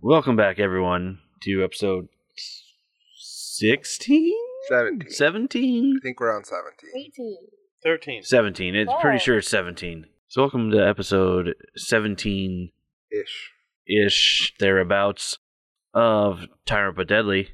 Welcome back, everyone, to episode 16? 17. 17? I think we're on 17. 18. 13. 17. It's pretty Oh. sure it's 17. So, welcome to episode 17 Ish. ish, thereabouts, of Tyrant But Deadly.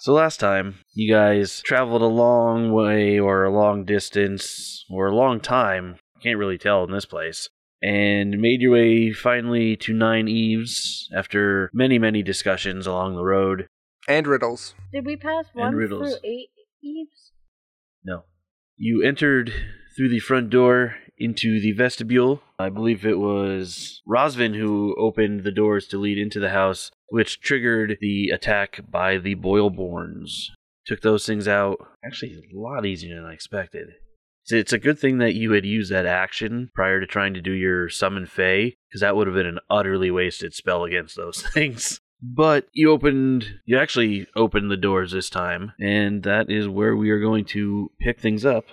So, last time, you guys traveled a long way or a long distance or a long time. Can't really tell in this place. And made your way finally to Nine Eves after many, many discussions along the road. And riddles. Did we pass one riddles. through eight eaves? No. You entered through the front door into the vestibule. I believe it was Rosvin who opened the doors to lead into the house, which triggered the attack by the Boilborns. Took those things out. Actually, a lot easier than I expected. So It's a good thing that you had used that action prior to trying to do your summon Fey, because that would have been an utterly wasted spell against those things. But you opened, you actually opened the doors this time, and that is where we are going to pick things up.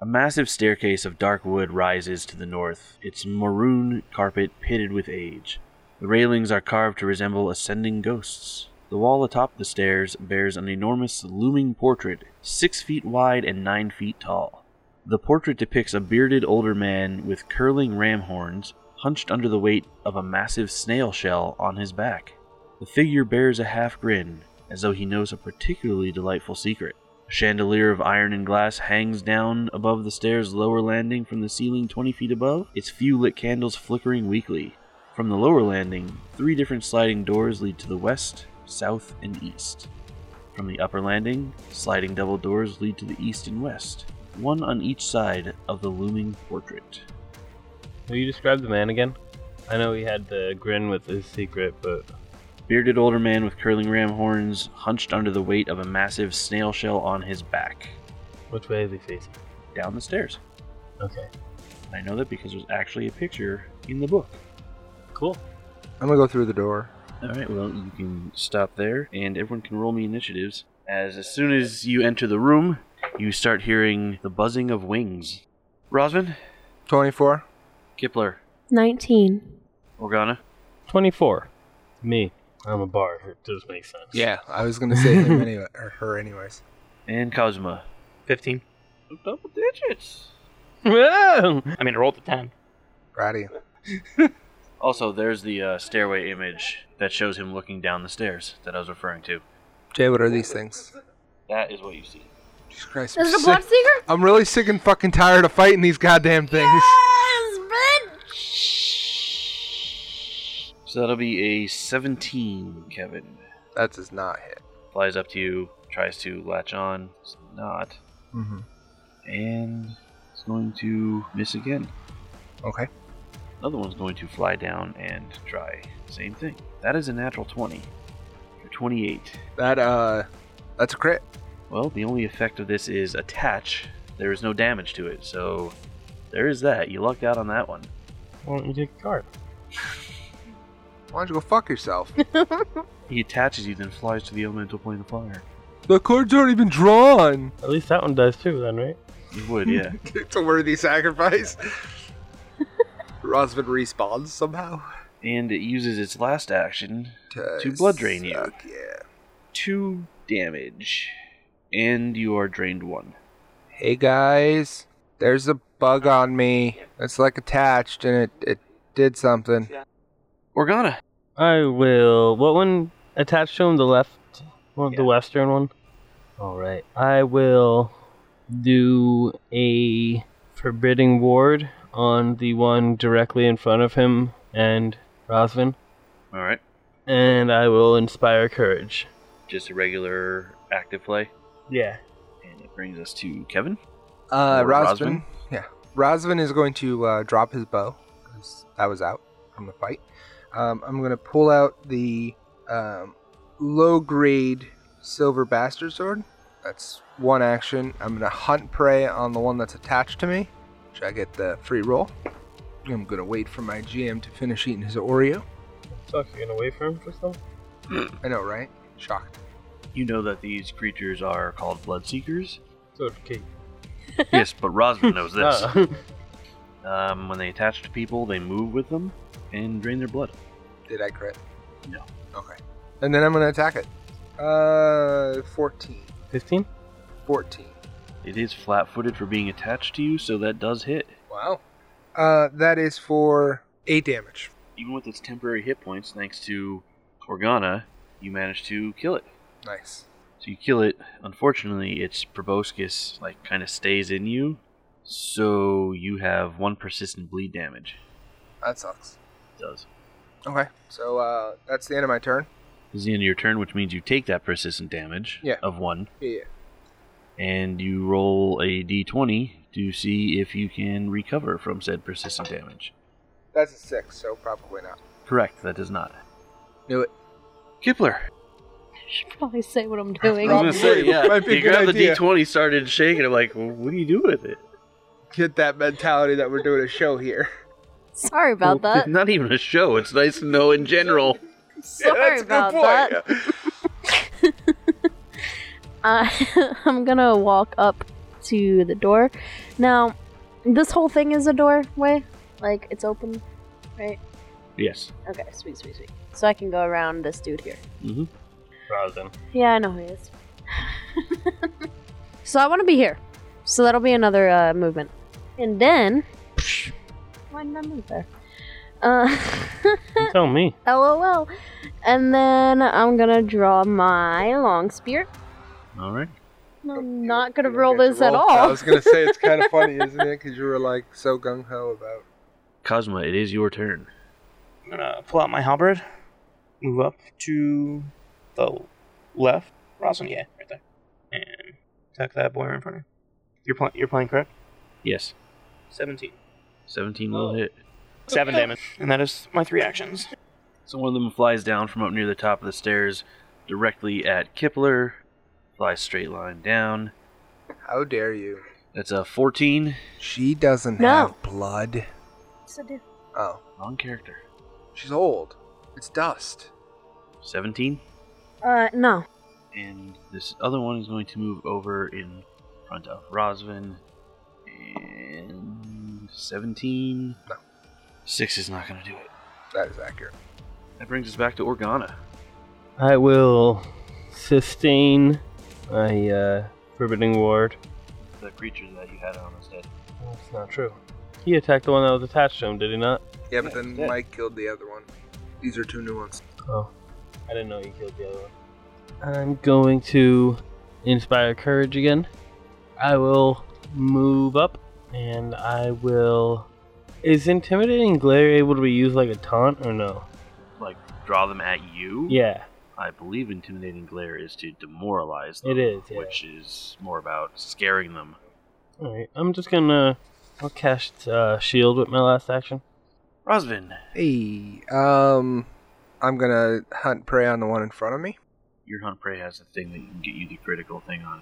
A massive staircase of dark wood rises to the north, its maroon carpet pitted with age. The railings are carved to resemble ascending ghosts. The wall atop the stairs bears an enormous looming portrait, six feet wide and nine feet tall. The portrait depicts a bearded older man with curling ram horns, hunched under the weight of a massive snail shell on his back. The figure bears a half grin, as though he knows a particularly delightful secret. A chandelier of iron and glass hangs down above the stairs' lower landing from the ceiling 20 feet above, its few lit candles flickering weakly. From the lower landing, three different sliding doors lead to the west, south, and east. From the upper landing, sliding double doors lead to the east and west, one on each side of the looming portrait. Will you describe the man again? I know he had the grin with his secret, but Bearded older man with curling ram horns, hunched under the weight of a massive snail shell on his back. which way is he facing? Down the stairs. Okay. And I know that because there's actually a picture in the book. Cool. I'm gonna go through the door. All right, well, you can stop there, and everyone can roll me initiatives. As as soon as you enter the room, you start hearing the buzzing of wings. Rosman, 24. Kipler, 19. Organa, 24. Me. I'm a bard. It does make sense. I was gonna say him anyway, or her anyways. and Cosma. 15. Double digits. I mean, I rolled the 10. Righty. Also, there's the uh, stairway image that shows him looking down the stairs that I was referring to. Jay, what are these things? That is what you see. Jesus Christ. Is I'm, it a blood sick. seeker? I'm really sick and fucking tired of fighting these goddamn things. Yes, bitch. So that'll be a 17, Kevin. That does not hit. Flies up to you, tries to latch on, does not, Mm-hmm. and it's going to miss again. Okay. Another one's going to fly down and try. Same thing. That is a natural 20. Or 28. That, uh, that's a crit. Well, the only effect of this is attach. There is no damage to it, so there is that. You lucked out on that one. Why don't you take a card? Why don't you go fuck yourself? He attaches you, then flies to the elemental plane of fire. the card's already been drawn. At least that one does too, then, right? You would, yeah. It's a worthy sacrifice. Rosvin respawns somehow. and it uses its last action To blood drain you. suck, Yeah. two damage, and you are drained one. Hey guys, there's a bug on me. It's like attached and it, it did something. Uh, Organa. I will. What one attached to him? The left one? The western one? Alright. I will do a forbidding ward on the one directly in front of him and Rosvin, All right, and I will inspire courage. just a regular active play, Yeah. and it brings us to Kevin. Uh, Or Rosvin. Yeah. Rosvin is going to uh, drop his bow. 'cause That was out from the fight. Um, I'm going to pull out the um, low grade silver bastard sword. That's one action. I'm going to hunt prey on the one that's attached to me, which I get the free roll. I'm going to wait for my GM to finish eating his Oreo. Fuck, you're gonna wait for him for something? I know, right? Shocked. You know that these creatures are called bloodseekers. So did Kate. yes, but Rosman knows this. Ah. Um, when they attach to people, they move with them and drain their blood. Did I crit? Okay. And then I'm going to attack it. Uh, 14. 15? 14. It is flat footed for being attached to you, so that does hit. Wow. Uh, that is for 8 damage. Even with its temporary hit points, thanks to Organa, you manage to kill it. Nice. So you kill it. Unfortunately, its proboscis like kind of stays in you, so you have one persistent bleed damage. That sucks. It does. Okay. So uh, that's the end of my turn. This is the end of your turn, which means you take that persistent damage Yeah. of one, Yeah. and you roll a d20 to see if you can recover from said persistent damage. That's a 6, so probably not. Correct. That does not. Knew it. Kipler. I should probably say what I'm doing. I was gonna say, Probably. yeah. Might be a You good grabbed the idea. d20, started shaking. I'm like, well, what do you do with it? Get that mentality that we're doing a show here. Sorry about that. Not even a show. It's nice to know in general. Sorry about that. Uh, I'm gonna walk up to the door. Now, this whole thing is a doorway. Like, it's open. Yes. Okay, sweet, sweet, sweet. So I can go around this dude here. Mm-hmm. Rosin. Yeah, I know who he is. so I want to be here. So that'll be another uh, movement. And then. Why did I move there? Uh, You tell me. LOL. And then I'm gonna draw my long spear. All right. I'm not gonna You don't roll get to this at roll. all. I was going to say, it's kind of funny, isn't it? Because you were like so gung ho about. Cosma, it is your turn. I'm gonna pull out my halberd, move up to the left. Roslyn, yeah, right there. And attack that boy right in front of you. You're, pl- you're playing correct? Yes. 17. 17 will Oh. hit. 7 damage. And that is my three actions. So one of them flies down from up near the top of the stairs directly at Kipler. Flies straight line down. How dare you? That's a 14. She doesn't No. have blood. So do- Oh. Wrong character. She's old. It's dust. 17. Uh, no. And this other one is going to move over in front of Rosvin. And 17. No. 6 is not going to do it. That is accurate. That brings us back to Organa. I will sustain my uh, Forbidding Ward. The creature that you had on instead. That's not true. He attacked the one that was attached to him, did he not? Yeah, but then Yeah. Mike killed the other one. These are two new ones. Oh. I didn't know you killed the other one. I'm going to inspire courage again. I will move up and I will. Is intimidating glare able to be used like a taunt or no? Like, draw them at you? Yeah. I believe intimidating glare is to demoralize them. It is, yeah. Which is more about scaring them. Alright, I'm just gonna. I'll cast uh, shield with my last action. Rosvin, Hey, um, I'm gonna hunt prey on the one in front of me. your hunt prey has a thing that you can get you the critical thing on.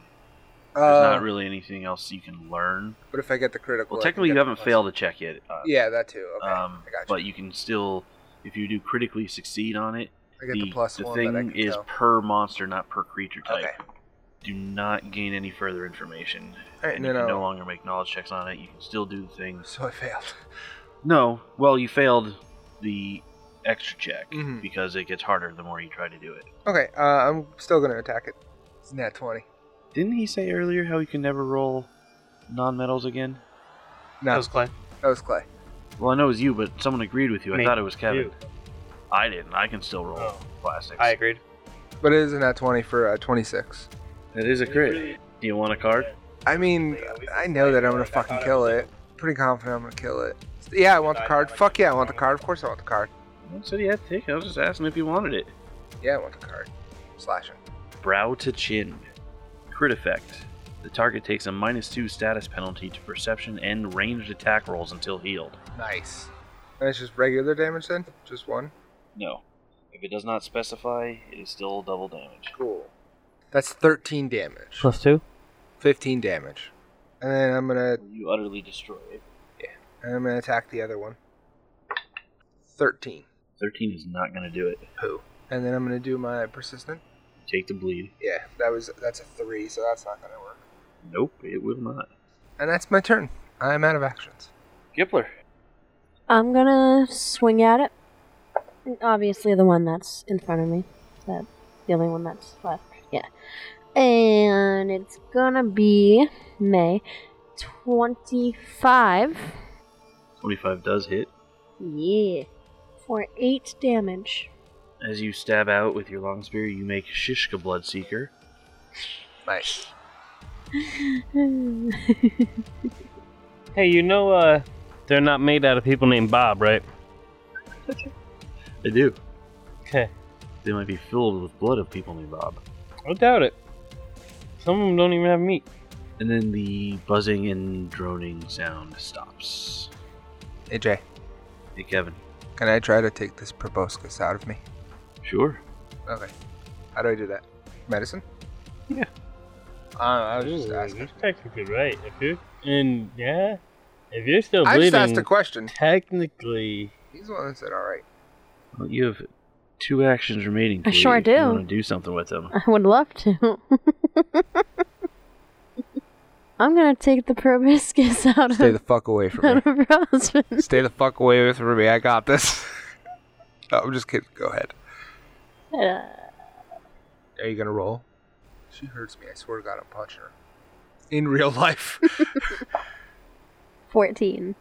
Uh, There's not really anything else you can learn. What if I get the critical? Well, I can technically, get you the haven't plus. failed a check yet. Uh, Yeah, that too. Okay, um, I got you. But you can still, if you do critically succeed on it, I get the, plus the one. thing but I can is tell. per monster, not per creature type. okay. Do not gain any further information. All right, and no, you can no. no longer make knowledge checks on it. You can still do the things So I failed. No, well, you failed the extra check Mhm. because it gets harder the more you try to do it. Okay, uh, I'm still gonna attack it. It's nat twenty. Didn't he say earlier how he can never roll non-metals again? No, That was Clay. that was clay. Well, I know it was you, but someone agreed with you. I Me. thought it was Kevin. You. I didn't. I can still roll Oh. plastics. I agreed. But it is a nat twenty for uh, twenty six. That is a crit. Do you want a card? I mean, I know that I'm gonna fucking kill it. Pretty confident I'm gonna kill it. Yeah, I want the card. Fuck yeah, I want the card. Of course I want the card. I said he had to take it. I was just asking if he wanted it. Yeah, I want the card. Slashing. Brow to chin. Crit effect. The target takes a minus two status penalty to perception and ranged attack rolls until healed. Nice. And it's just regular damage then? Just one? No. If it does not specify, it is still double damage. Cool. That's 13 damage. Plus two? 15 damage. And then I'm gonna You utterly destroy it. and I'm gonna attack the other one. 13. 13 is not going to do it. Poo. And then I'm gonna do my persistent. Take the bleed. Yeah, that was that's a three, so that's not gonna work. Nope, it will not. And that's my turn. I'm out of actions. Gippler. I'm gonna swing at it. obviously the one that's in front of me. That the only one that's left. Yeah. And it's gonna be May twenty five. 25 does hit. Yeah. For eight damage. As you stab out with your long spear, you make Shishka Bloodseeker. Nice. Hey, you know, uh, they're not made out of people named Bob, right? They do. Okay. They might be filled with blood of people named Bob. I doubt it. Some of them don't even have meat. And then the buzzing and droning sound stops. AJ, Hey, Kevin. can I try to take this proboscis out of me? Sure. Okay. How do I do that? Medicine? Yeah. I don't know, I was just asking. technically right. If you're and yeah, if you're still I just bleeding, asked a question. technically, He's the one that said, all right. Well, you have two actions remaining. I Khalid, sure if You do. want to do something with them? I would love to. I'm gonna take the proboscis out Stay of the fuck away from me. out of Rosman. Stay the fuck away from me. I got this. no, I'm just kidding. Go ahead. Uh, Are you gonna roll? She hurts me. I swear to God, I'm punching her. In real life. Fourteen.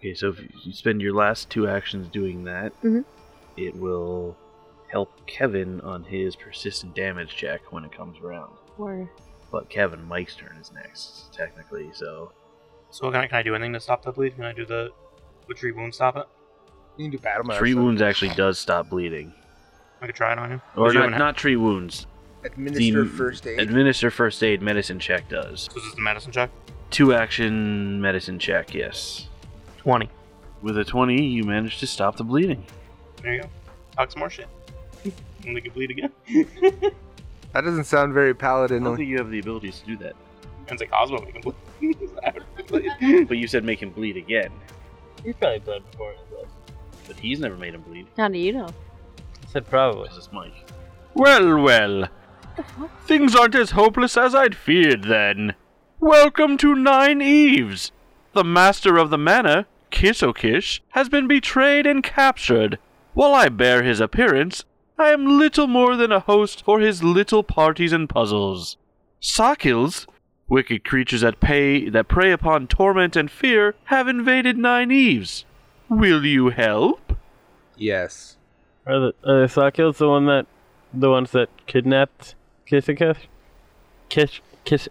Okay, so if you spend your last two actions doing that, Mm-hmm. Mhm. it will help Kevin on his persistent damage check when it comes around. Or But Kevin, Mike's turn is next, technically, so So can I, can I do anything to stop the bleed? Can I do the would tree wound stop it? you can do battle medicine. Tree Wounds actually does stop bleeding. I could try it on you. Or you not, haven't- not Tree Wounds. Administer The first aid. Administer first aid medicine check does. So this is the medicine check. Two action medicine check, yes. Twenty. With a 20, you manage to stop the bleeding. There you go. Talk some more shit. and they can bleed again. that doesn't sound very I don't paladinly. think you have the abilities to do that. And it's like Cosmo making bleed. I would bleed. But you said make him bleed again, you probably bled before. it was. but he's never made him bleed. how do you know? I said probably. Because it's Mike. Well, well. Things aren't as hopeless as I'd feared then. Welcome to Nine Eves. The master of the manor, Kisokish, has been betrayed and captured. While I bear his appearance, I am little more than a host for his little parties and puzzles. Sakils, wicked creatures that pay that prey upon torment and fear, have invaded Nine Eves. Will you help? Yes. Are the are the Sakils the one that the ones that kidnapped Kishikesh? Kish Kish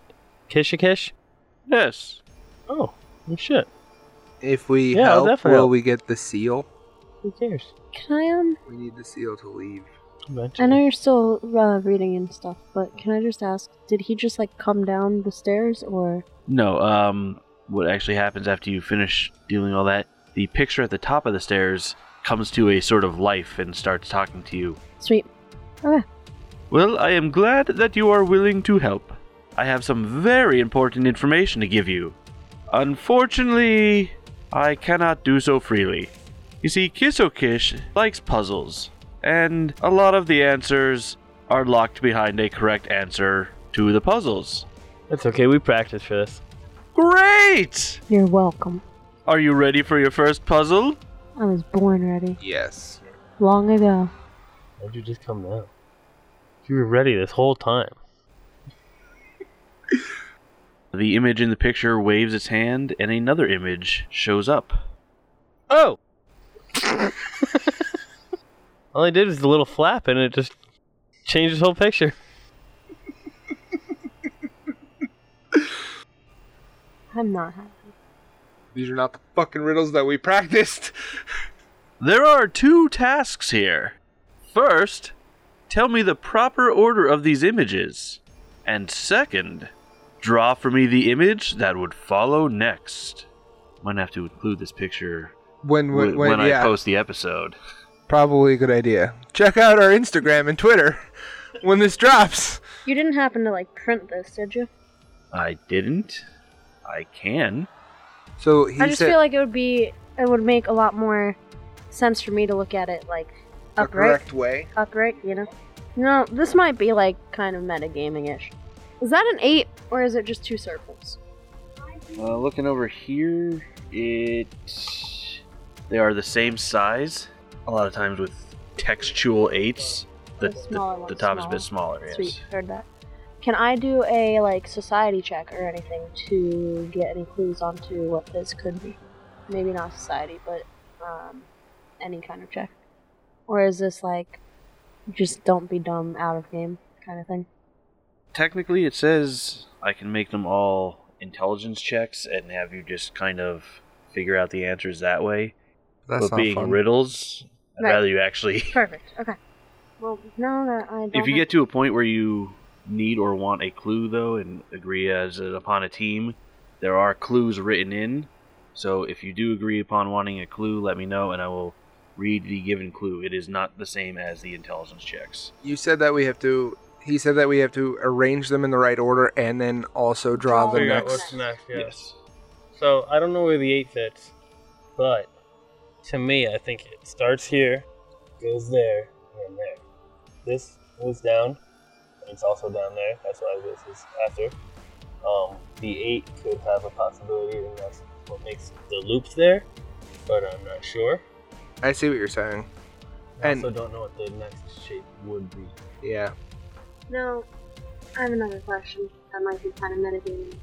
Kishikesh? Yes. Oh, well, shit. If we Yeah, I'll help, will definitely help. we get the seal? Who cares? Can I um? We need the seal to leave. I know you're still uh, reading and stuff, but can I just ask? Did he just like come down the stairs, or No, um, what actually happens after you finish dealing all that, the picture at the top of the stairs comes to a sort of life and starts talking to you. sweet? Okay. Well, I am glad that you are willing to help. I have some very important information to give you. Unfortunately, I cannot do so freely. You see, Kisokish likes puzzles, and a lot of the answers are locked behind a correct answer to the puzzles. That's okay. We practiced for this. Great! You're welcome. Are you ready for your first puzzle? I was born ready Yes. long ago. Why'd you just come now? You were ready this whole time. The image in the picture waves its hand, and another image shows up. Oh! All I did was a little flap and it just changed his whole picture. I'm not happy. These are not the fucking riddles that we practiced. There are two tasks here. First, tell me the proper order of these images. And second, draw for me the image that would follow next. Might have to include this picture When w- when, when, when, yeah, I post the episode. probably a good idea. Check out our Instagram and Twitter when this drops. You didn't happen to like print this, did you? I didn't. I can. So he I just said, feel like it would be, it would make a lot more sense for me to look at it like the upright, correct way. upright. You know. No, this might be like kind of metagaming ish. Is that an eight, or is it just two circles? Uh, looking over here, it. They are the same size. A lot of times with contextual eights. The, The smaller the, one's the top is a smaller. bit smaller. Yes. Sweet, heard that. Can I do a like society check or anything to get any clues onto what this could be? Maybe not society, but um, any kind of check. Or is this like just don't be dumb out of game kind of thing? Technically, it says I can make them all intelligence checks and have you just kind of figure out the answers that way. That's but not being fun. riddles, I'd Right. rather you actually. Perfect. Okay. Well, now that I don't if you have- get to a point where you need or want a clue though and agree as a, upon a team there are clues written in so if you do agree upon wanting a clue let me know and i will read the given clue it is not the same as the intelligence checks You said that we have to. He said that we have to arrange them in the right order and then also draw the Figure out next. what's next. Yeah. yes So I don't know where the eight fits, but to me, I think it starts here, goes there, and then there. This was down, and it's also down there. That's why this is after. Um, the eight could have a possibility, and that's what makes the loops there, but I'm not sure. I see what you're saying. I And- also don't know what the next shape would be. Yeah. No, I have another question that might be kind of metagaming.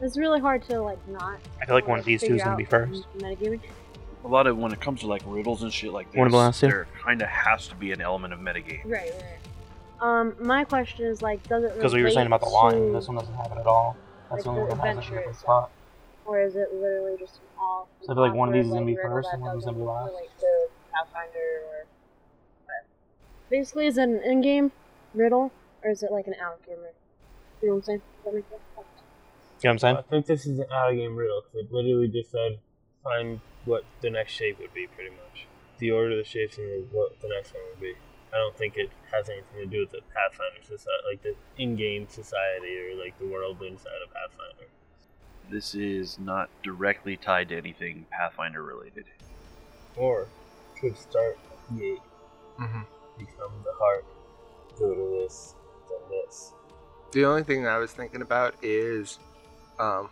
It's really hard to like not. I feel like one of these two is gonna be figure out first. Metagaming. a lot of when it comes to like riddles and shit like this One of the last two. there kind of has to be an element of metagame Right, right. Um, my question is like, does it Because we were saying about the relate line, to- this one doesn't have it at all. That's the Like only the one that has it in adventure a different itself. spot. or is it literally just an all? So I feel like one of these is gonna awkward, be like, riddle first that and one of them's gonna be doesn't last. relate to Pathfinder or. but Basically, is it an in-game riddle or is it like an out-game riddle? You know what I'm saying? Does that make sense? You know what I'm saying? I think this is an out of game riddle because it literally just said find what the next shape would be, pretty much. The order of the shapes and the, what the next one would be. I don't think it has anything to do with the Pathfinder society, like the in-game society or like the world inside of Pathfinder. this is not directly tied to anything pathfinder related Or could start at the eight, hmm become the heart, go to this, then this. The only thing I was thinking about is um,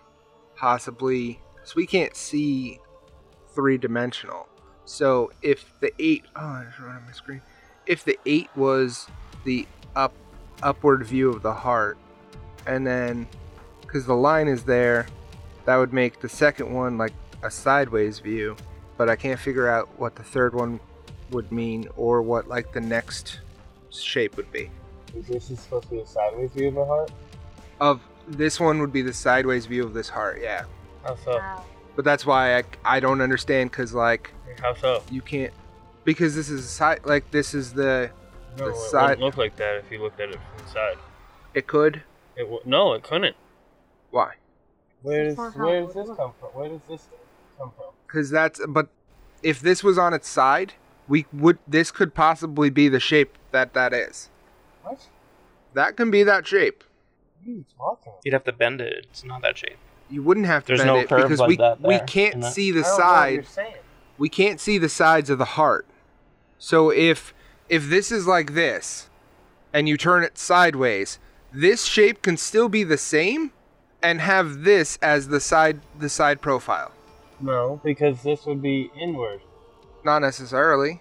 possibly because we can't see three dimensional. So if the eight, oh, I just ran on my screen. If the eight was the up upward view of the heart, and then because the line is there, that would make the second one like a sideways view. But I can't figure out what the third one would mean or what like the next shape would be. Is this just supposed to be a sideways view of the heart? of this one would be the sideways view of this heart yeah How so? Wow. but that's why i, I don't understand because like How so? you can't because this is a side like this is the No, The it side- wouldn't look like that if you looked at it from the side. it could It w- no, it couldn't. why Where It's does not how where it does would this look. come from? Where does this come from? because that's but if this was on its side we would this could possibly be the shape that that is What? that can be that shape What are you talking? You'd have to bend it. It's not that shape. you wouldn't have to There's bend no it curve because like we, that we there, can't isn't it? see I the don't know what side you're saying. we can't see the sides of the heart. So if if this is like this and you turn it sideways, this shape can still be the same and have this as the side the side profile. No, because this would be inward. Not necessarily.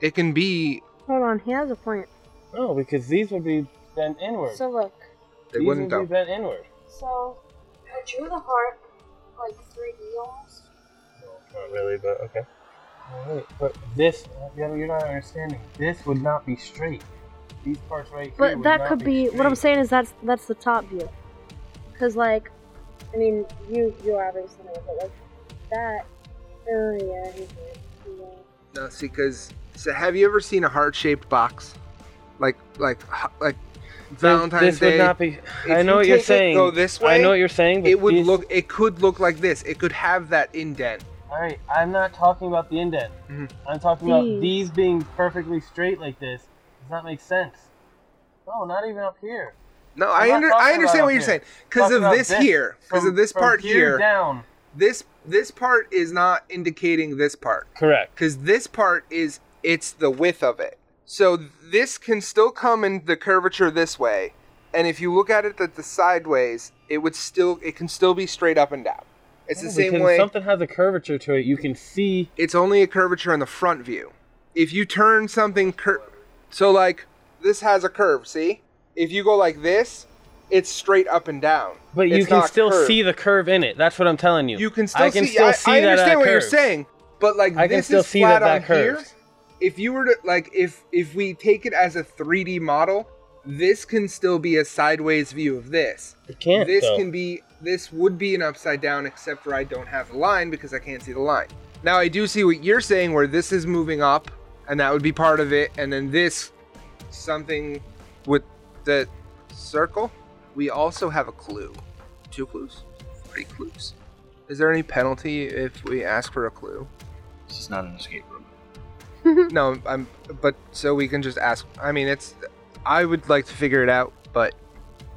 It can be Hold on, he has a point. No, because these would be bent inward. So look, they these wouldn't would be though. bent inward. so I drew the heart like 3D almost. No, not really, but okay. All right, but this yeah, you're not understanding. This would not be straight. These parts right here. But would that not could be. What straight. I'm saying is that's that's the top view, because like, I mean, you you obviously know, but like that. Oh yeah, he's right. Yeah. No, see cuz so have you ever seen a heart-shaped box? Like like h- like Valentine's this Day. Would not be, If I know you what you're take it- saying. go this I way, know what you're saying. But it would these- look it could look like this. It could have that indent. All right, I'm not talking about the indent. Mhm. I'm talking about These. these being perfectly straight like this. Does that make sense? No, not even up here. No, I'm I not under talking I understand about what you're here. saying because Talking of about this, here, because from- of this from part here. down. this this part is not indicating this part Correct. because this part is it's the width of it so this can still come in the curvature this way and if you look at it at the sideways it would still it can still be straight up and down it's the same way Something has a curvature to it. You can see. it's only a curvature in the front view if you turn something cur- so like this has a curve see if you go like this it's straight up and down But you It's can not still curved. see the curve in it. That's what I'm telling you. you can still I can see, still I, see I that understand uh, what you're curve. saying but like I can this still is see flat that that on here curves. if you were to like if if we take it as a 3d model this can still be a sideways view of this It can't. this though. can be this would be an upside down except for i don't have the line because i can't see the line now i do see what you're saying where this is moving up and that would be part of it and then this something with the circle we also have a clue two clues three clues is there any penalty if we ask for a clue This is not an escape room. Hmm. no i'm but so we can just ask i mean it's i would like to figure it out but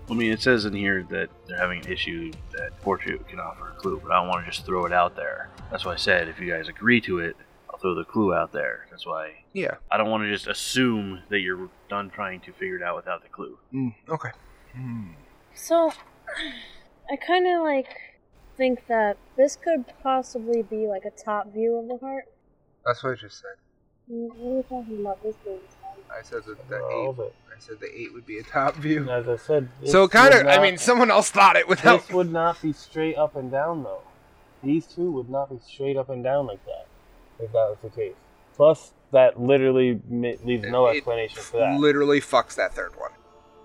I mean, it says in here that they're having an issue that Fortune can offer a clue, but I don't want to just throw it out there. That's why I said if you guys agree to it, I'll throw the clue out there. That's why yeah I don't want to just assume that you're done trying to figure it out without the clue. Mm, okay So, I kind of like think that this could possibly be like a top view of the heart. that's what i just said Mm, We were talking about this being top. i said that the All eight of it. I said the eight would be a top view. As I said. this so kind would of, I not- mean, someone else thought it without. This would not be straight up and down though. These two would not be straight up and down like that if that was the case. Plus, that literally mi- leaves no It- it explanation for that. Literally fucks that third one.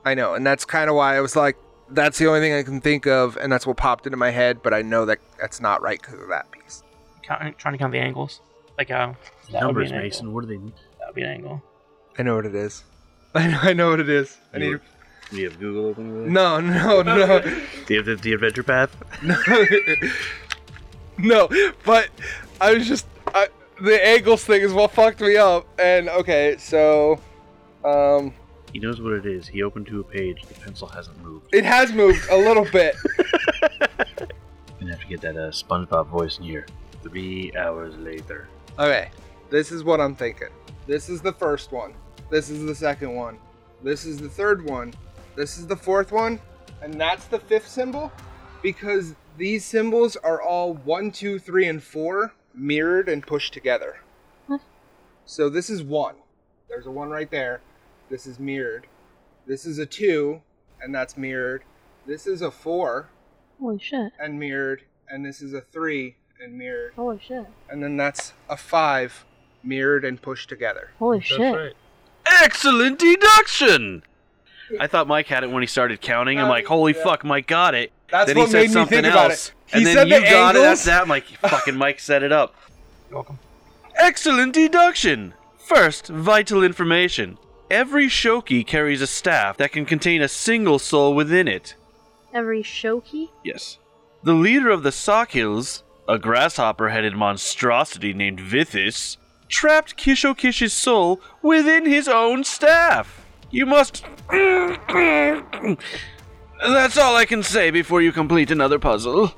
I know, and that's kind of why I was like, that's the only thing I can think of, and that's what popped into my head. But I know that that's not right because of that piece. Count, trying to count the angles. Like uh, that would be Numbers, an angle. Mason. What do they? mean? That would be an angle. I know what it is. I know, I know what it is. I need. You- Do you have Google open? Really? No, no, no, Do you have the, the adventure path? no, no. But I was just I, the angles thing is what fucked me up. And okay, so, um, He knows what it is. He opened to a page. The pencil hasn't moved. it has moved a little bit. I'm gonna have to get that uh, SpongeBob voice in here. Three hours later. Okay, this is what I'm thinking. This is the first one. This is the second one. This is the third one. This is the fourth one. And that's the fifth symbol because these symbols are all one, two, three, and four mirrored and pushed together. Huh. So this is one. There's a one right there. This is mirrored. This is a two, and that's mirrored. This is a four Holy shit! and mirrored. And this is a three and mirrored Holy shit! and then that's a five mirrored and pushed together. Holy shit! Excellent deduction! I thought Mike had it when he started counting. I'm like, holy fuck, Mike got it. That's then what he said made me something think about else. it. He and then said you the got it angles. after that. I'm like, fucking Mike set it up. You're welcome. Excellent deduction! First, vital information. Every shoki carries a staff that can contain a single soul within it. Every shoki. Yes. The leader of the Sockhills, a grasshopper headed monstrosity named Vithis, trapped Kishokish's soul within his own staff. You must. That's all I can say before you complete another puzzle.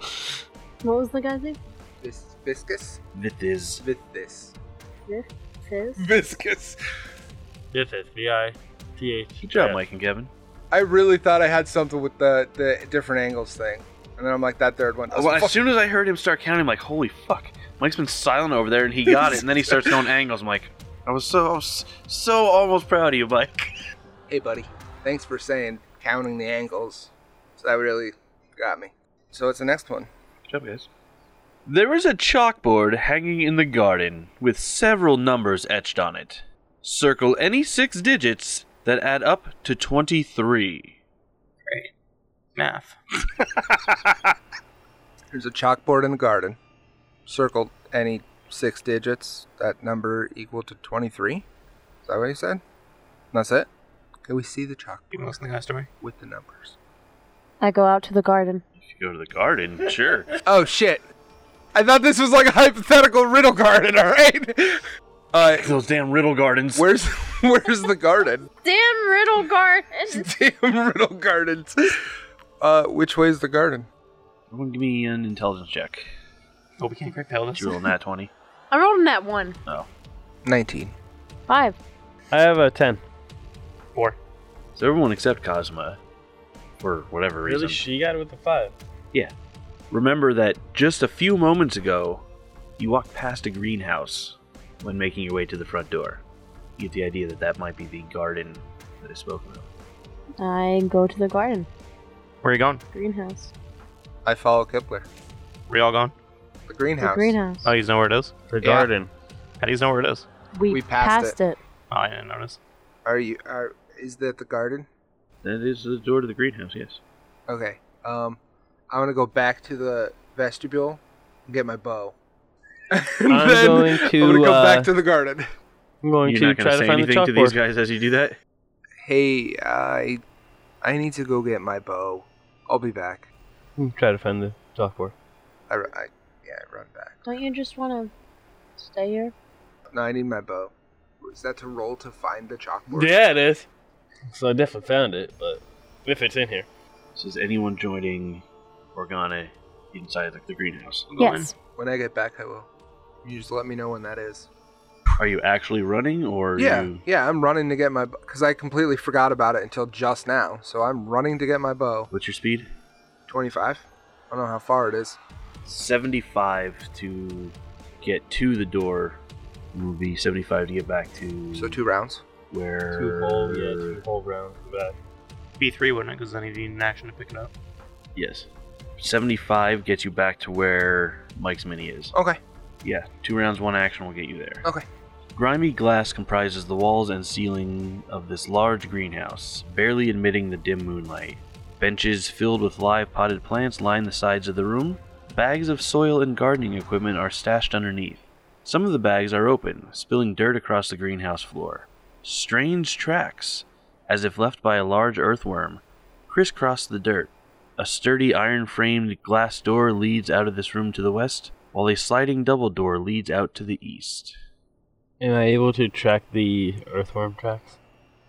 What was the guy's name? Vis- viscous? Vithis. With this. This. Fizz. Viscous. This is V I T H. Good job, Mike and Kevin. I really thought I had something with the, the different angles thing. And then I'm like, that third one. doesn't Well, as fuck- soon as I heard him start counting, I'm like, holy fuck. Mike's been silent over there and he got it, and then he starts going angles. I'm like, I was so, I was so almost proud of you, Mike. hey, buddy. Thanks for saying counting the angles. So that really got me. So it's the next one. Good job, guys. There is a chalkboard hanging in the garden with several numbers etched on it. Circle any six digits that add up to 23. Great. Math. There's a chalkboard in the garden. Circled any six digits. That number equal to 23. Is that what you said? That's it? Can we see the You want chalkboard to listen to that story? with the numbers? I go out to the garden. If you go to the garden, sure. Oh shit! I thought this was like a hypothetical riddle garden. All right. Uh, Those damn riddle gardens. where's where's the garden? Damn riddle garden. Damn riddle gardens. Uh, which way is the garden? Everyone give me an intelligence check. Oh, we can't repel this. Did you roll that 20? I rolled in that one. Nineteen. Five. I have a ten. Four. So everyone except Cosma, for whatever reason. Really, she got it with a five. Remember that just a few moments ago, you walked past a greenhouse. when making your way to the front door. You get the idea that that might be the garden that I spoke of. I go to the garden, Where are you going? greenhouse. I follow Kipler. Where y'all going? The greenhouse. The greenhouse. Oh, you know where it is? The Yeah. garden. How do you know where it is? Oh, we, we passed passed, it. Oh, I didn't notice. Are you? Are, is that the garden? That is the door to the greenhouse, yes. Okay. Um, I'm gonna go back to the vestibule and get my bow. And I'm then going to, I'm gonna go uh, back to the garden. I'm going You're to not going try to to say find the anything to these chalkboard. guys as you do that? Hey, I, I need to go get my bow. I'll be back. I'm Hmm, try to find the chalkboard. I, ru- I yeah, I run back. Don't you just want to stay here? No, I need my bow. Is that to roll to find the chalkboard? Yeah, it is. So I definitely found it, but if it's in here. So is anyone joining Organa inside the, the greenhouse? I'm going. Yes. When I get back, I will. You just let me know when that is. Are you actually running or are yeah, you yeah. I'm running to get my because I completely forgot about it until just now. So I'm running to get my bow. what's your speed? 25. I don't know how far it is. 75 to get to the door would be 75 to get back to So two rounds. where Two whole, yeah, two whole rounds back. B3 wouldn't it? Because then he'd need an action to pick it up. yes 75 gets you back to where Mike's mini is Okay. yeah two rounds one action will get you there Okay. Grimy glass comprises the walls and ceiling of this large greenhouse, barely admitting the dim moonlight. Benches filled with live potted plants line the sides of the room. Bags of soil and gardening equipment are stashed underneath. Some of the bags are open, spilling dirt across the greenhouse floor. Strange tracks, as if left by a large earthworm, crisscross the dirt. A sturdy iron framed glass door leads out of this room to the west, while a sliding double door leads out to the east. Am I able to track the earthworm tracks?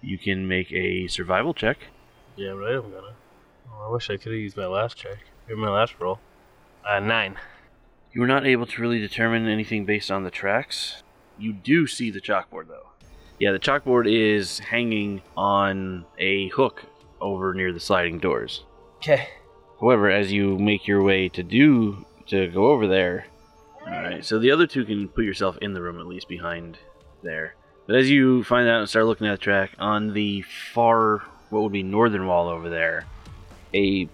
You can make a survival check. Yeah, right. I'm gonna. Oh, I wish I could have used my last check. Or my last roll. Uh, nine. You were not able to really determine anything based on the tracks. You do see the chalkboard, though. Yeah, the chalkboard is hanging on a hook over near the sliding doors. Okay. However, as you make your way to do to go over there, all right. So the other two can put yourself in the room at least behind there. But as you find out and start looking at the track on the far, what would be northern wall over there, a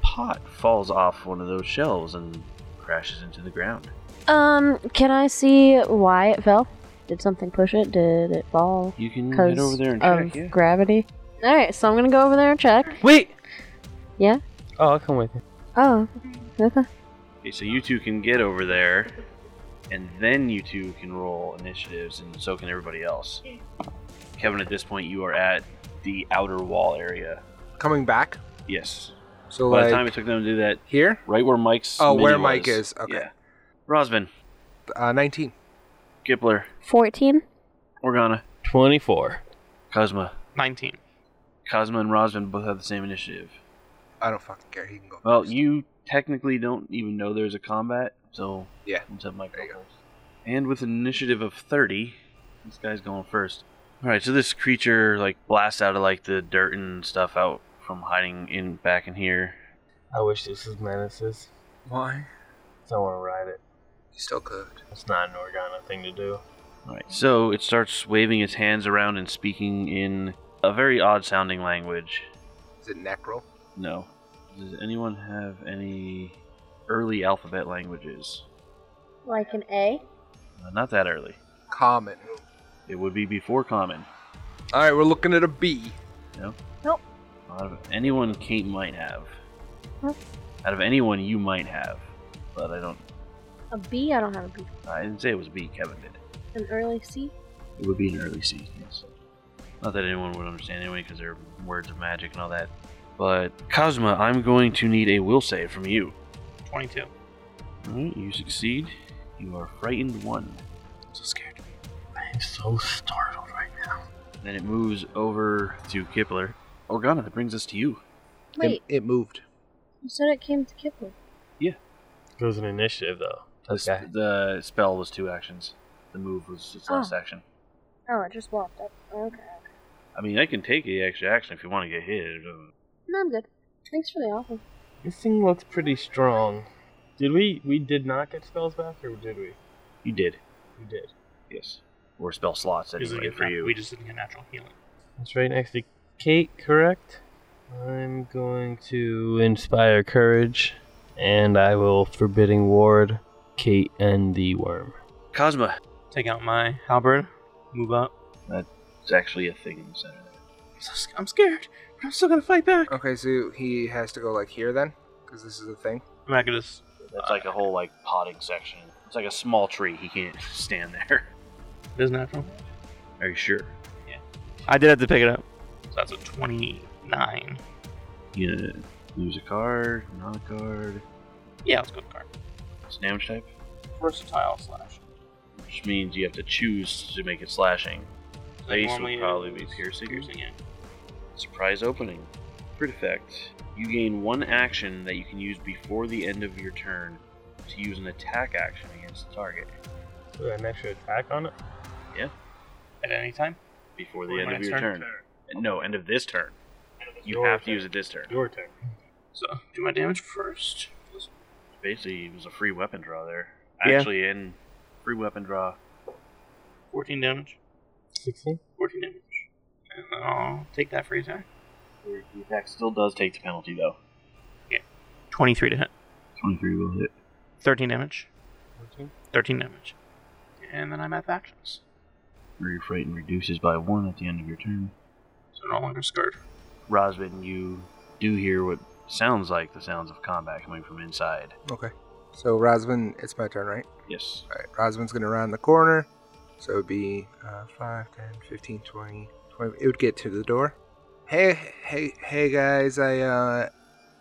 pot falls off one of those shelves and crashes into the ground. Um, can I see why it fell? Did something push it? Did it fall? You can Because head over there and of check. Yeah. gravity. All right, so I'm gonna go over there and check. Wait. Yeah? Oh, I'll come with you. Oh, okay. Okay, so you two can get over there, and then you two can roll initiatives, and so can everybody else. Kevin, at this point, you are at the outer wall area. Coming back. Yes. So By like the time it took them to do that, here. right where Mike's. Oh, mini where was. Mike is. Okay. Yeah. Rosvin, Uh, 19. Gippler, Fourteen. Organa, Twenty-four. Cosma. 19. Cosma and Rosvin both have the same initiative. I don't fucking care. He can go. Well, first. you technically don't even know there's a combat, so Yeah. let's have Mike There you go first. And with an initiative of thirty, this guy's going first. All right, so this creature like blasts out of like the dirt and stuff out from hiding in back in here. I wish this was menaces. Why? I want to ride it. You still could. It's not an Organa thing to do. All right, so it starts waving its hands around and speaking in a very odd-sounding language. Is it necro? No. Does anyone have any early alphabet languages? Like an A. Uh, not that early. Common. It would be before common. All right, we're looking at a B. Out of anyone Kate might have. Huh? Out of anyone you might have. But I don't A B. I don't have a B. I didn't say it was B, Kevin did. An early C. It would be an early C, yes. Not that anyone would understand anyway, because they're words of magic and all that. But Cosma, I'm going to need a will save from you. 22. Alright, you succeed. You are frightened one. so scared. I'm so startled right now. Then it moves over to Kipler. Organa, that brings us to you. Wait, It, it moved. you said it came to Kipling. It was an initiative, though. The s- Okay. The spell was two actions. The move was its last Oh. action. Oh, it just walked up. Okay. I mean, I can take the extra action if you want to get hit. Uh, No, I'm good. Thanks for the offer. This thing looks pretty strong. Did we? We did not get spells back, or did we? You did. We did. Yes. Or spell slots Because anyway we for didn't- you. We just didn't get natural healing. That's right next to Kate, correct? I'm going to inspire courage, and I will forbidding ward Kate and the worm. Cosma, Take out my halberd. Move up. It's actually a thing in the center. I'm, so sc- I'm scared, but I'm still gonna fight back. Okay, so he has to go like here then, because this is the thing. I'm not gonna. s- That's like a whole like potting section. It's like a small tree. He can't stand there. It Uh, is natural. Are you sure? I did have to pick it up. So that's a 29. You gonna lose a card, not a card. Yeah, let's go to card. It's an damage type, Versatile slash. which means you have to choose to make it slashing. Ace would Normally it probably was be piercing. Piercing, yeah. Surprise opening. Crit effect. You gain one action that you can use before the end of your turn to use an attack action against the target. So an extra attack on it? At any time? Before Or the end my of your turn? turn. No, end of this turn. You Your have to turn. use it this turn. Your turn. So, do my damage first. Basically, it was a free weapon draw there. Yeah. Actually, in free weapon draw. 14 damage. 16? 14 damage. And then I'll take that for attack. The attack still does take the penalty though. 23 to hit. 23 will hit. 13 damage. 14? 13 damage. And then I'm at actions. Rear frighten reduces by one at the end of your turn. So no longer scarred. Rosvin, you do hear what sounds like the sounds of combat coming from inside. Okay. So Rosvin, it's my turn, right? Yes. All right, Rosvin's gonna round the corner, so it'd be uh, 5, 10, 15, 20, 20. It would get to the door. Hey, hey, hey, guys! I uh,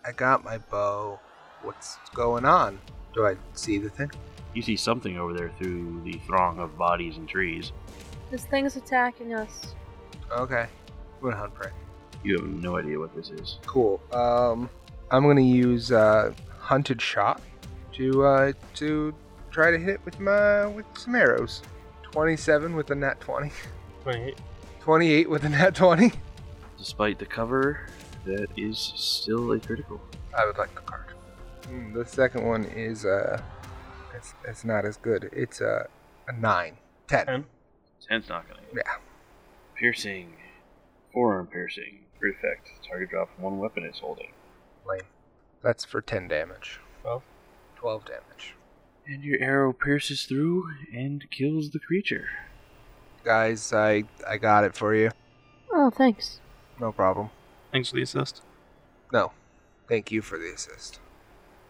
I got my bow. What's going on? Do I see the thing? You see something over there through the throng of bodies and trees. This thing's attacking us. Okay. I'm gonna hunt prey. You have no idea what this is. Cool. Um, I'm gonna use uh, hunted shot to uh, to try to hit with my with some arrows. 27 with a nat 20. 28. 28 with a nat 20. Despite the cover, that is still a critical. I would like the card. Mm, the second one is uh, it's it's not as good. It's uh, a nine. Ten. 10. Ten's not gonna hit. Yeah. Piercing. Forearm piercing. Crit effect. Target drop one weapon it's holding. That's for ten damage. Twelve. Twelve damage. And your arrow pierces through and kills the creature. Guys, I I got it for you. Oh, thanks. No problem. Thanks for the assist. No, thank you for the assist.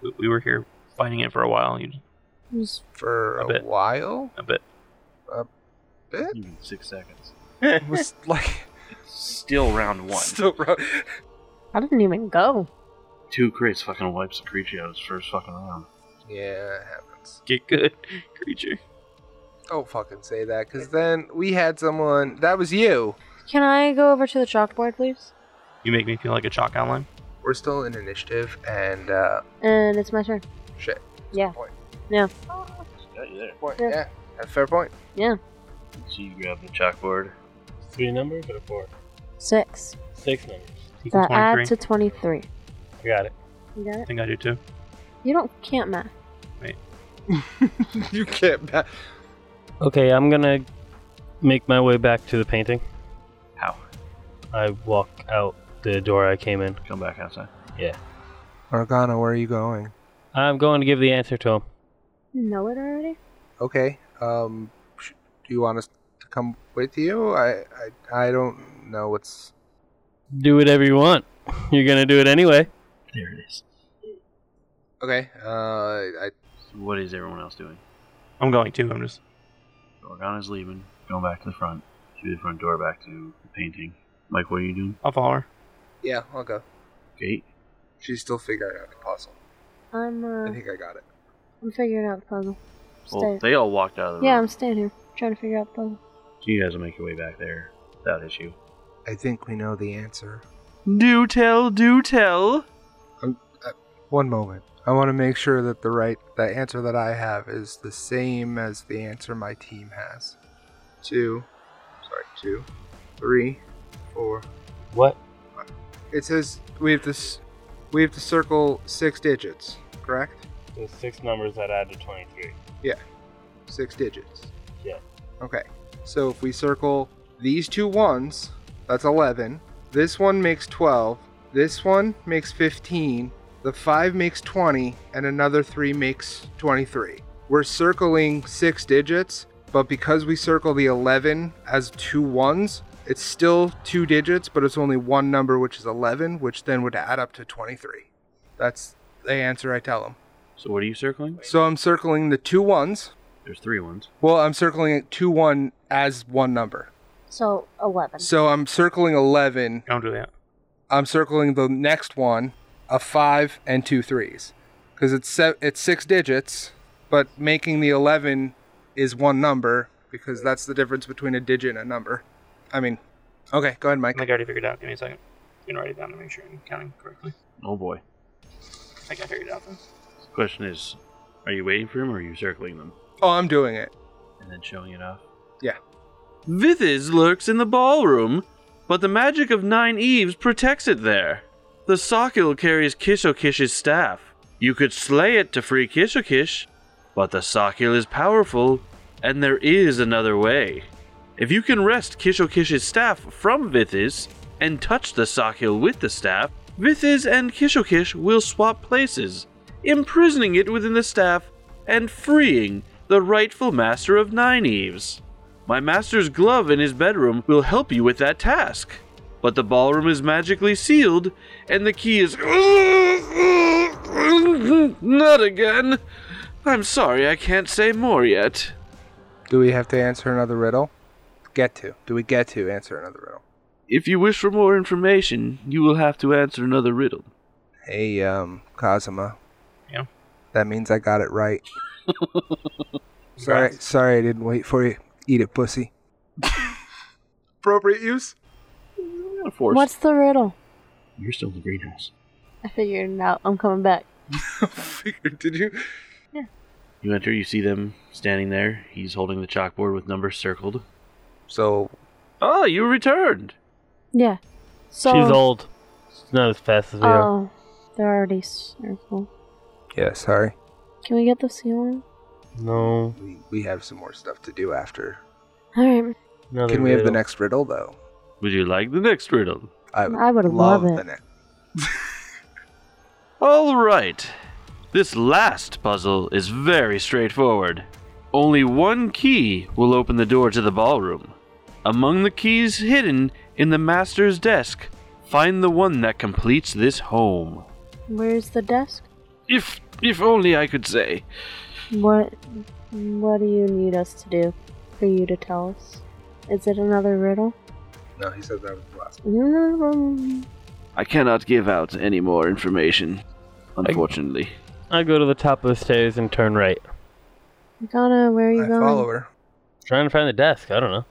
We, we were here fighting it for a while. You It was For A a, bit. while, a bit. bit Even Hmm, six seconds. It was like Still round one. still rough. I didn't even go. Two crits fucking wipes the creature out his first fucking round. Yeah, it happens. Get good, creature. Don't fucking say that, because then we had someone that was you. Can I go over to the chalkboard, please? You make me feel like a chalk outline. We're still in initiative, and uh, And it's my turn. shit. Yeah. Point. Yeah. Got you there. Point. Yeah. Yeah. yeah. Fair point. Yeah. So you grab the chalkboard. Three numbers or four? Six. Six numbers. Equal That adds 23. to 23. I got it. You got I it? think I do too. You don't, can't math. you can't. ba- Okay, I'm gonna make my way back to the painting. How? I walk out the door I came in. Come back outside. Organa, where are you going? I'm going to give the answer to him. You know it already? Okay. Um, sh- do you want us to come with you? I, I, I don't know what's. Do whatever you want. You're gonna do it anyway. There it is. Okay. Uh, I. So what is everyone else doing? I'm going to. I'm just. Organa's leaving, going back to the front, through the front door back to the painting. Mike, what are you doing? I'll follow her. Yeah, I'll go. Gate? She's still figuring out the puzzle. I'm, I uh, think I got it. I'm figuring out the puzzle. Well, Stay. they all walked out of the yeah, room. I'm staying here, trying to figure out the puzzle. So you guys will make your way back there without issue. I think we know the answer. Do tell, do tell. uh, One moment. I want to make sure that the right the answer that I have is the same as the answer my team has. Two, sorry, two, three, four. What? It says we have to s- we have to circle six digits, correct? There's six numbers that add to 23. Six digits. Yeah. Okay. So if we circle these two ones, that's 11. This one makes 12. This one makes 15. The 5 makes 20. And another 3 makes 23. We're circling six digits, but because we circle the 11 as two ones, it's still two digits, but it's only one number, which is 11, which then would add up to 23. That's the answer I tell them. So what are you circling? So I'm circling the two ones. There's three ones. Well, I'm circling it 2 1 as one number. So eleven. So I'm circling 11. Don't do that. I'm circling the next one, a 5 and two threes. Because it's, se- it's six digits, but making the 11 is one number because that's the difference between a digit and a number. I mean, okay, go ahead, I Mike. think I already figured it out. Give me a second. I'm gonna write it down to make sure I'm counting correctly. Oh boy. I think I figured it out though. Question is, are you waiting for them or are you circling them Oh, I'm doing it. and then showing it off? Yeah. Vithiz lurks in the ballroom, but the magic of Nine Eves protects it there. The Sokil carries Kishokish's staff. You could slay it to free Kishokish, but the Sokil is powerful, and there is another way. If you can wrest Kishokish's staff from Vithiz and touch the Sokil with the staff, Vithiz and Kishokish will swap places, imprisoning it within the staff and freeing the rightful master of Nine Eves. My master's glove in his bedroom will help you with that task. But the ballroom is magically sealed, and the key is. Not again! I'm sorry, I can't say more yet. Do we have to answer another riddle? Get to. Do we get to answer another riddle? If you wish for more information, you will have to answer another riddle. Hey, um, Kazuma. Yeah? That means I got it right. sorry, sorry I didn't wait for you. Eat it, pussy. Appropriate use? Of course. What's the riddle? You're still in the greenhouse. I figured it out. I'm coming back. Figured, did you? You enter, you see them standing there. He's holding the chalkboard with numbers circled. So, Ah, you returned! Yeah. So. She's old. She's not as fast as we are. Oh, they're already circled. yeah, sorry. Can we get the ceiling? No. We, we have some more stuff to do after. All right. another Can we have the riddle. next riddle, though? Would you like the next riddle? I would love it. the next. All right. This last puzzle is very straightforward. Only one key will open the door to the ballroom. Among the keys hidden in the master's desk, find the one that completes this home. Where's the desk? If if only I could say. What What do you need us to do for you to tell us? Is it another riddle? No, he said that was the last. Mm, I cannot give out any more information, unfortunately. I go to the top of the stairs and turn right. Gonna, where are you I going? follow her. Trying to find the desk. I don't know.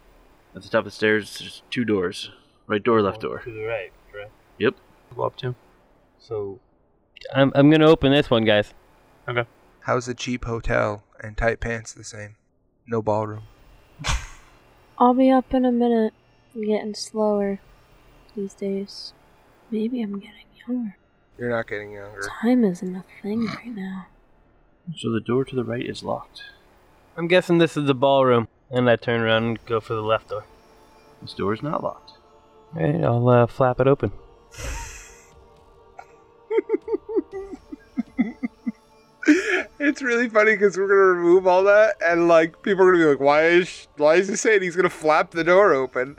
At the top of the stairs, there's two doors. Right door, left door. To the right, correct. Yep. Go up to. So, I'm I'm gonna open this one, guys. How's a cheap hotel and tight pants the same? No ballroom. I'll be up in a minute. I'm getting slower these days. Maybe I'm getting younger. You're not getting younger. Time isn't a thing right now. So the door to the right is locked. I'm guessing this is the ballroom, and I turn around and go for the left door. This door is not locked. All right, I'll uh, flap it open. It's really funny because we're gonna remove all that, and like people are gonna be like, "Why is why is he saying he's gonna flap the door open?"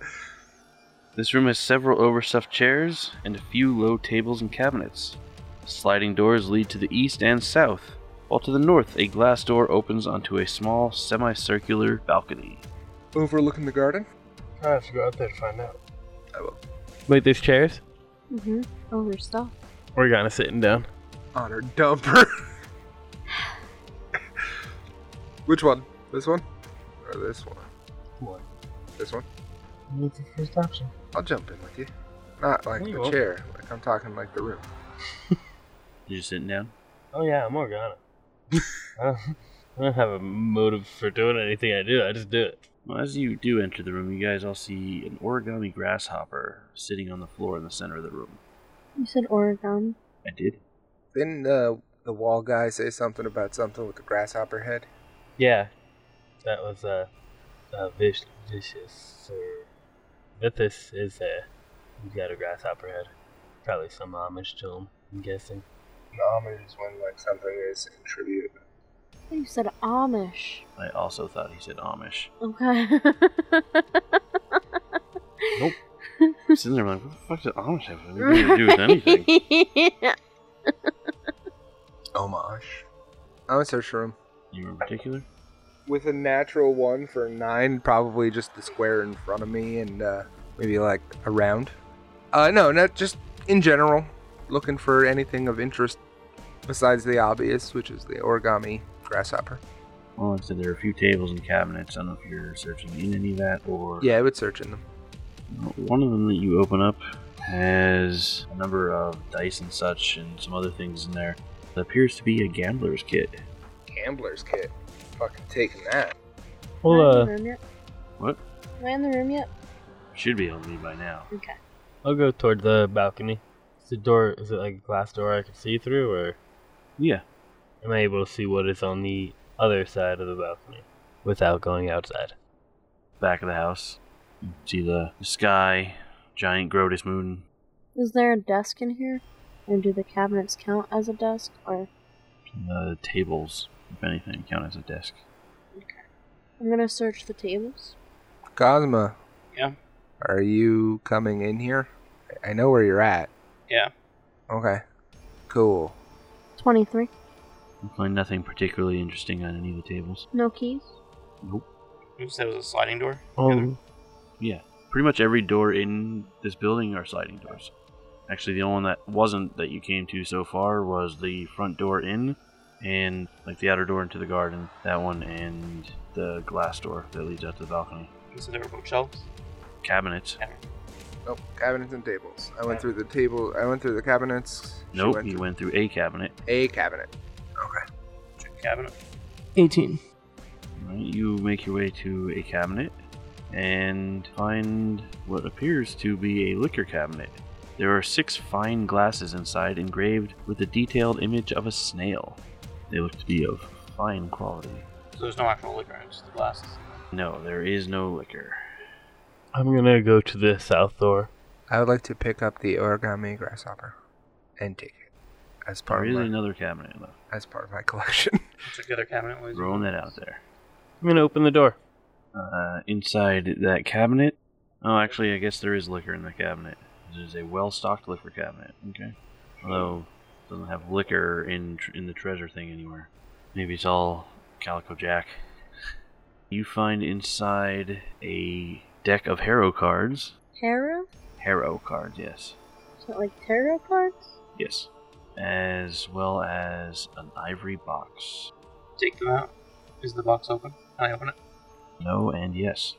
This room has several overstuffed chairs and a few low tables and cabinets. Sliding doors lead to the east and south, while to the north a glass door opens onto a small semicircular balcony. Overlooking the garden. I have to go out there to find out. I will. Wait, there's chairs. Mm-hmm. Overstuffed. We're kind of sitting down. On her dumper. Which one? This one? Or this one? What? This one? What's the first option? I'll jump in with you. Not like No, you the won't. chair. Like I'm talking like the room. You just sitting down? Oh yeah, I'm Morgana. I, don't, I don't have a motive for doing anything I do. I just do it. Well, as you do enter the room, you guys all see an origami grasshopper sitting on the floor in the center of the room. You said Oregon. I did? Didn't uh, the wall guy say something about something with the grasshopper head? Yeah, that was uh, uh, vish- vicious or Vithis is a he's got a grasshopper head. Probably some homage to him. I'm guessing. An homage is when like something is in tribute. You said Amish. I also thought he said Amish. Okay. Sitting there, I'm like, what the fuck does Amish have anything to do with anything? Homage. I'm gonna search for him. You in particular? With a natural one for nine, probably just the square in front of me and uh, maybe like a round. Uh, no, not just in general. Looking for anything of interest besides the obvious, which is the origami grasshopper. Well, like I said there are a few tables and cabinets. I don't know if you're searching in any of that or Yeah, I would search in them. One of them that you open up has a number of dice and such and some other things in there. That appears to be a gambler's kit. Gambler's kit. Fucking taking that. Am I in Well, uh, the room yet? What? Am I in the room yet? Should be on me by now. Okay. I'll go toward the balcony. Is the door is it like a glass door I can see through, or Yeah. am I able to see what is on the other side of the balcony without going outside? Back of the house. You can see the sky, giant Grotus moon. Is there a desk in here? Or do the cabinets count as a desk? Or The uh, tables, if anything, count as a desk. I'm gonna search the tables. Cosma. Yeah? Are you coming in here? I- I know where you're at. Yeah. Okay. Cool. Twenty-three. You find nothing particularly interesting on any of the tables. No keys. You said it was a sliding door? Um, Pretty much every door in this building are sliding doors. Actually, the only one that wasn't that you came to so far was the front door in, and like the outer door into the garden, that one, and the glass door that leads out to the balcony. You said there were bookshelves? Cabinets. Nope, cabinets and tables. I went through the table. I went through the cabinets. She Nope, went you through went through a cabinet. a cabinet. Check the cabinet. 18. Right, You make your way to a cabinet and find what appears to be a liquor cabinet. There are six fine glasses inside, engraved with a detailed image of a snail. They look to be of fine quality. So there's no actual liquor, it's just the glasses. No, there is no liquor. I'm gonna go to the south door. I would like to pick up the origami grasshopper and take it as There part is of my, another cabinet left. as part of my collection. Check the other cabinet. Liz. Throwing that out there. I'm gonna open the door. Uh, inside that cabinet. Oh, actually, I guess there is liquor in the cabinet. There's a well-stocked liquor cabinet. Okay. Although doesn't have liquor in tr- in the treasure thing anywhere. Maybe it's all Calico Jack. You find inside a deck of harrow cards. Tarot? Harrow cards, yes, Is it like tarot cards? yes, as well as an ivory box. Take them out. Is the box open? Can I open it? No and yes.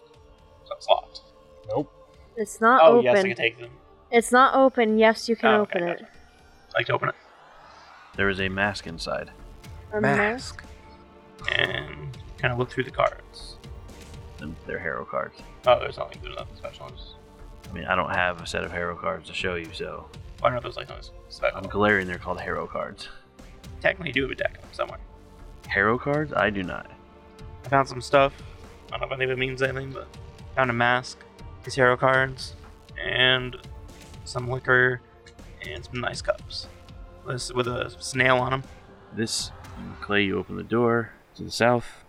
So it's locked. It's not oh, open. yes, I can take them. It's not open. Yes, you can Oh, okay, open it. gotcha. I like to open it. There is a mask inside. A mask. Mask. And kind of look through the cards. Them- They're harrow cards. Oh, there's nothing. There's nothing special. Just, I mean, I don't have a set of harrow cards to show you, so why don't those like nothing special? I'm glaring. They're called harrow cards. Technically, you do have a deck somewhere. Harrow cards? I do not. I found some stuff. I don't know if any of it means anything, but found a mask, these hero cards, and some liquor, and some nice cups. This with a snail on them. This Clay, you open the door to the south.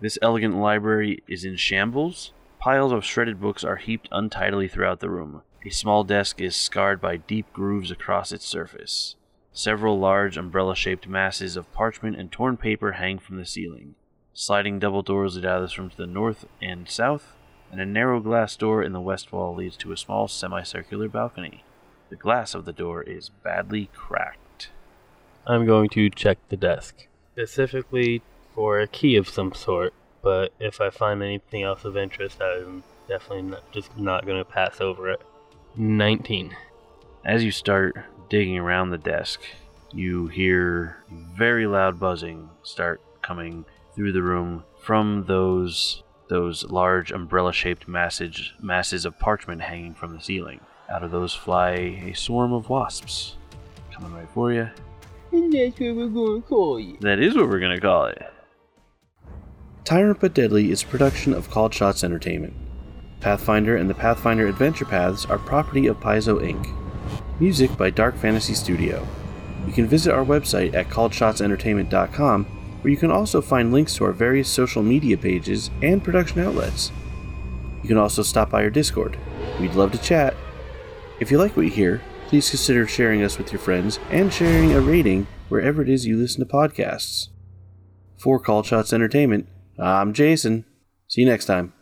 This elegant library is in shambles. Piles of shredded books are heaped untidily throughout the room. A small desk is scarred by deep grooves across its surface. Several large umbrella shaped masses of parchment and torn paper hang from the ceiling. Sliding double doors lead out of this room to the north and south, and a narrow glass door in the west wall leads to a small semicircular balcony. The glass of the door is badly cracked. I'm going to check the desk. Specifically for a key of some sort, but if I find anything else of interest, I'm definitely not, just not going to pass over it. 19. As you start digging around the desk, you hear very loud buzzing start coming through the room from those those large umbrella-shaped masses masses of parchment hanging from the ceiling. Out of those fly a swarm of wasps coming right for you. And that's what we're going to call you. That is what we're gonna call it. Tyrant But Deadly is a production of Called Shots Entertainment. Pathfinder and the Pathfinder Adventure Paths are property of Paizo Inc. Music by Dark Fantasy Studio. You can visit our website at calledshotsentertainment.com where you can also find links to our various social media pages and production outlets. You can also stop by our Discord. We'd love to chat. If you like what you hear, please consider sharing us with your friends and sharing a rating wherever it is you listen to podcasts. For Call Shots Entertainment, I'm Jason. See you next time.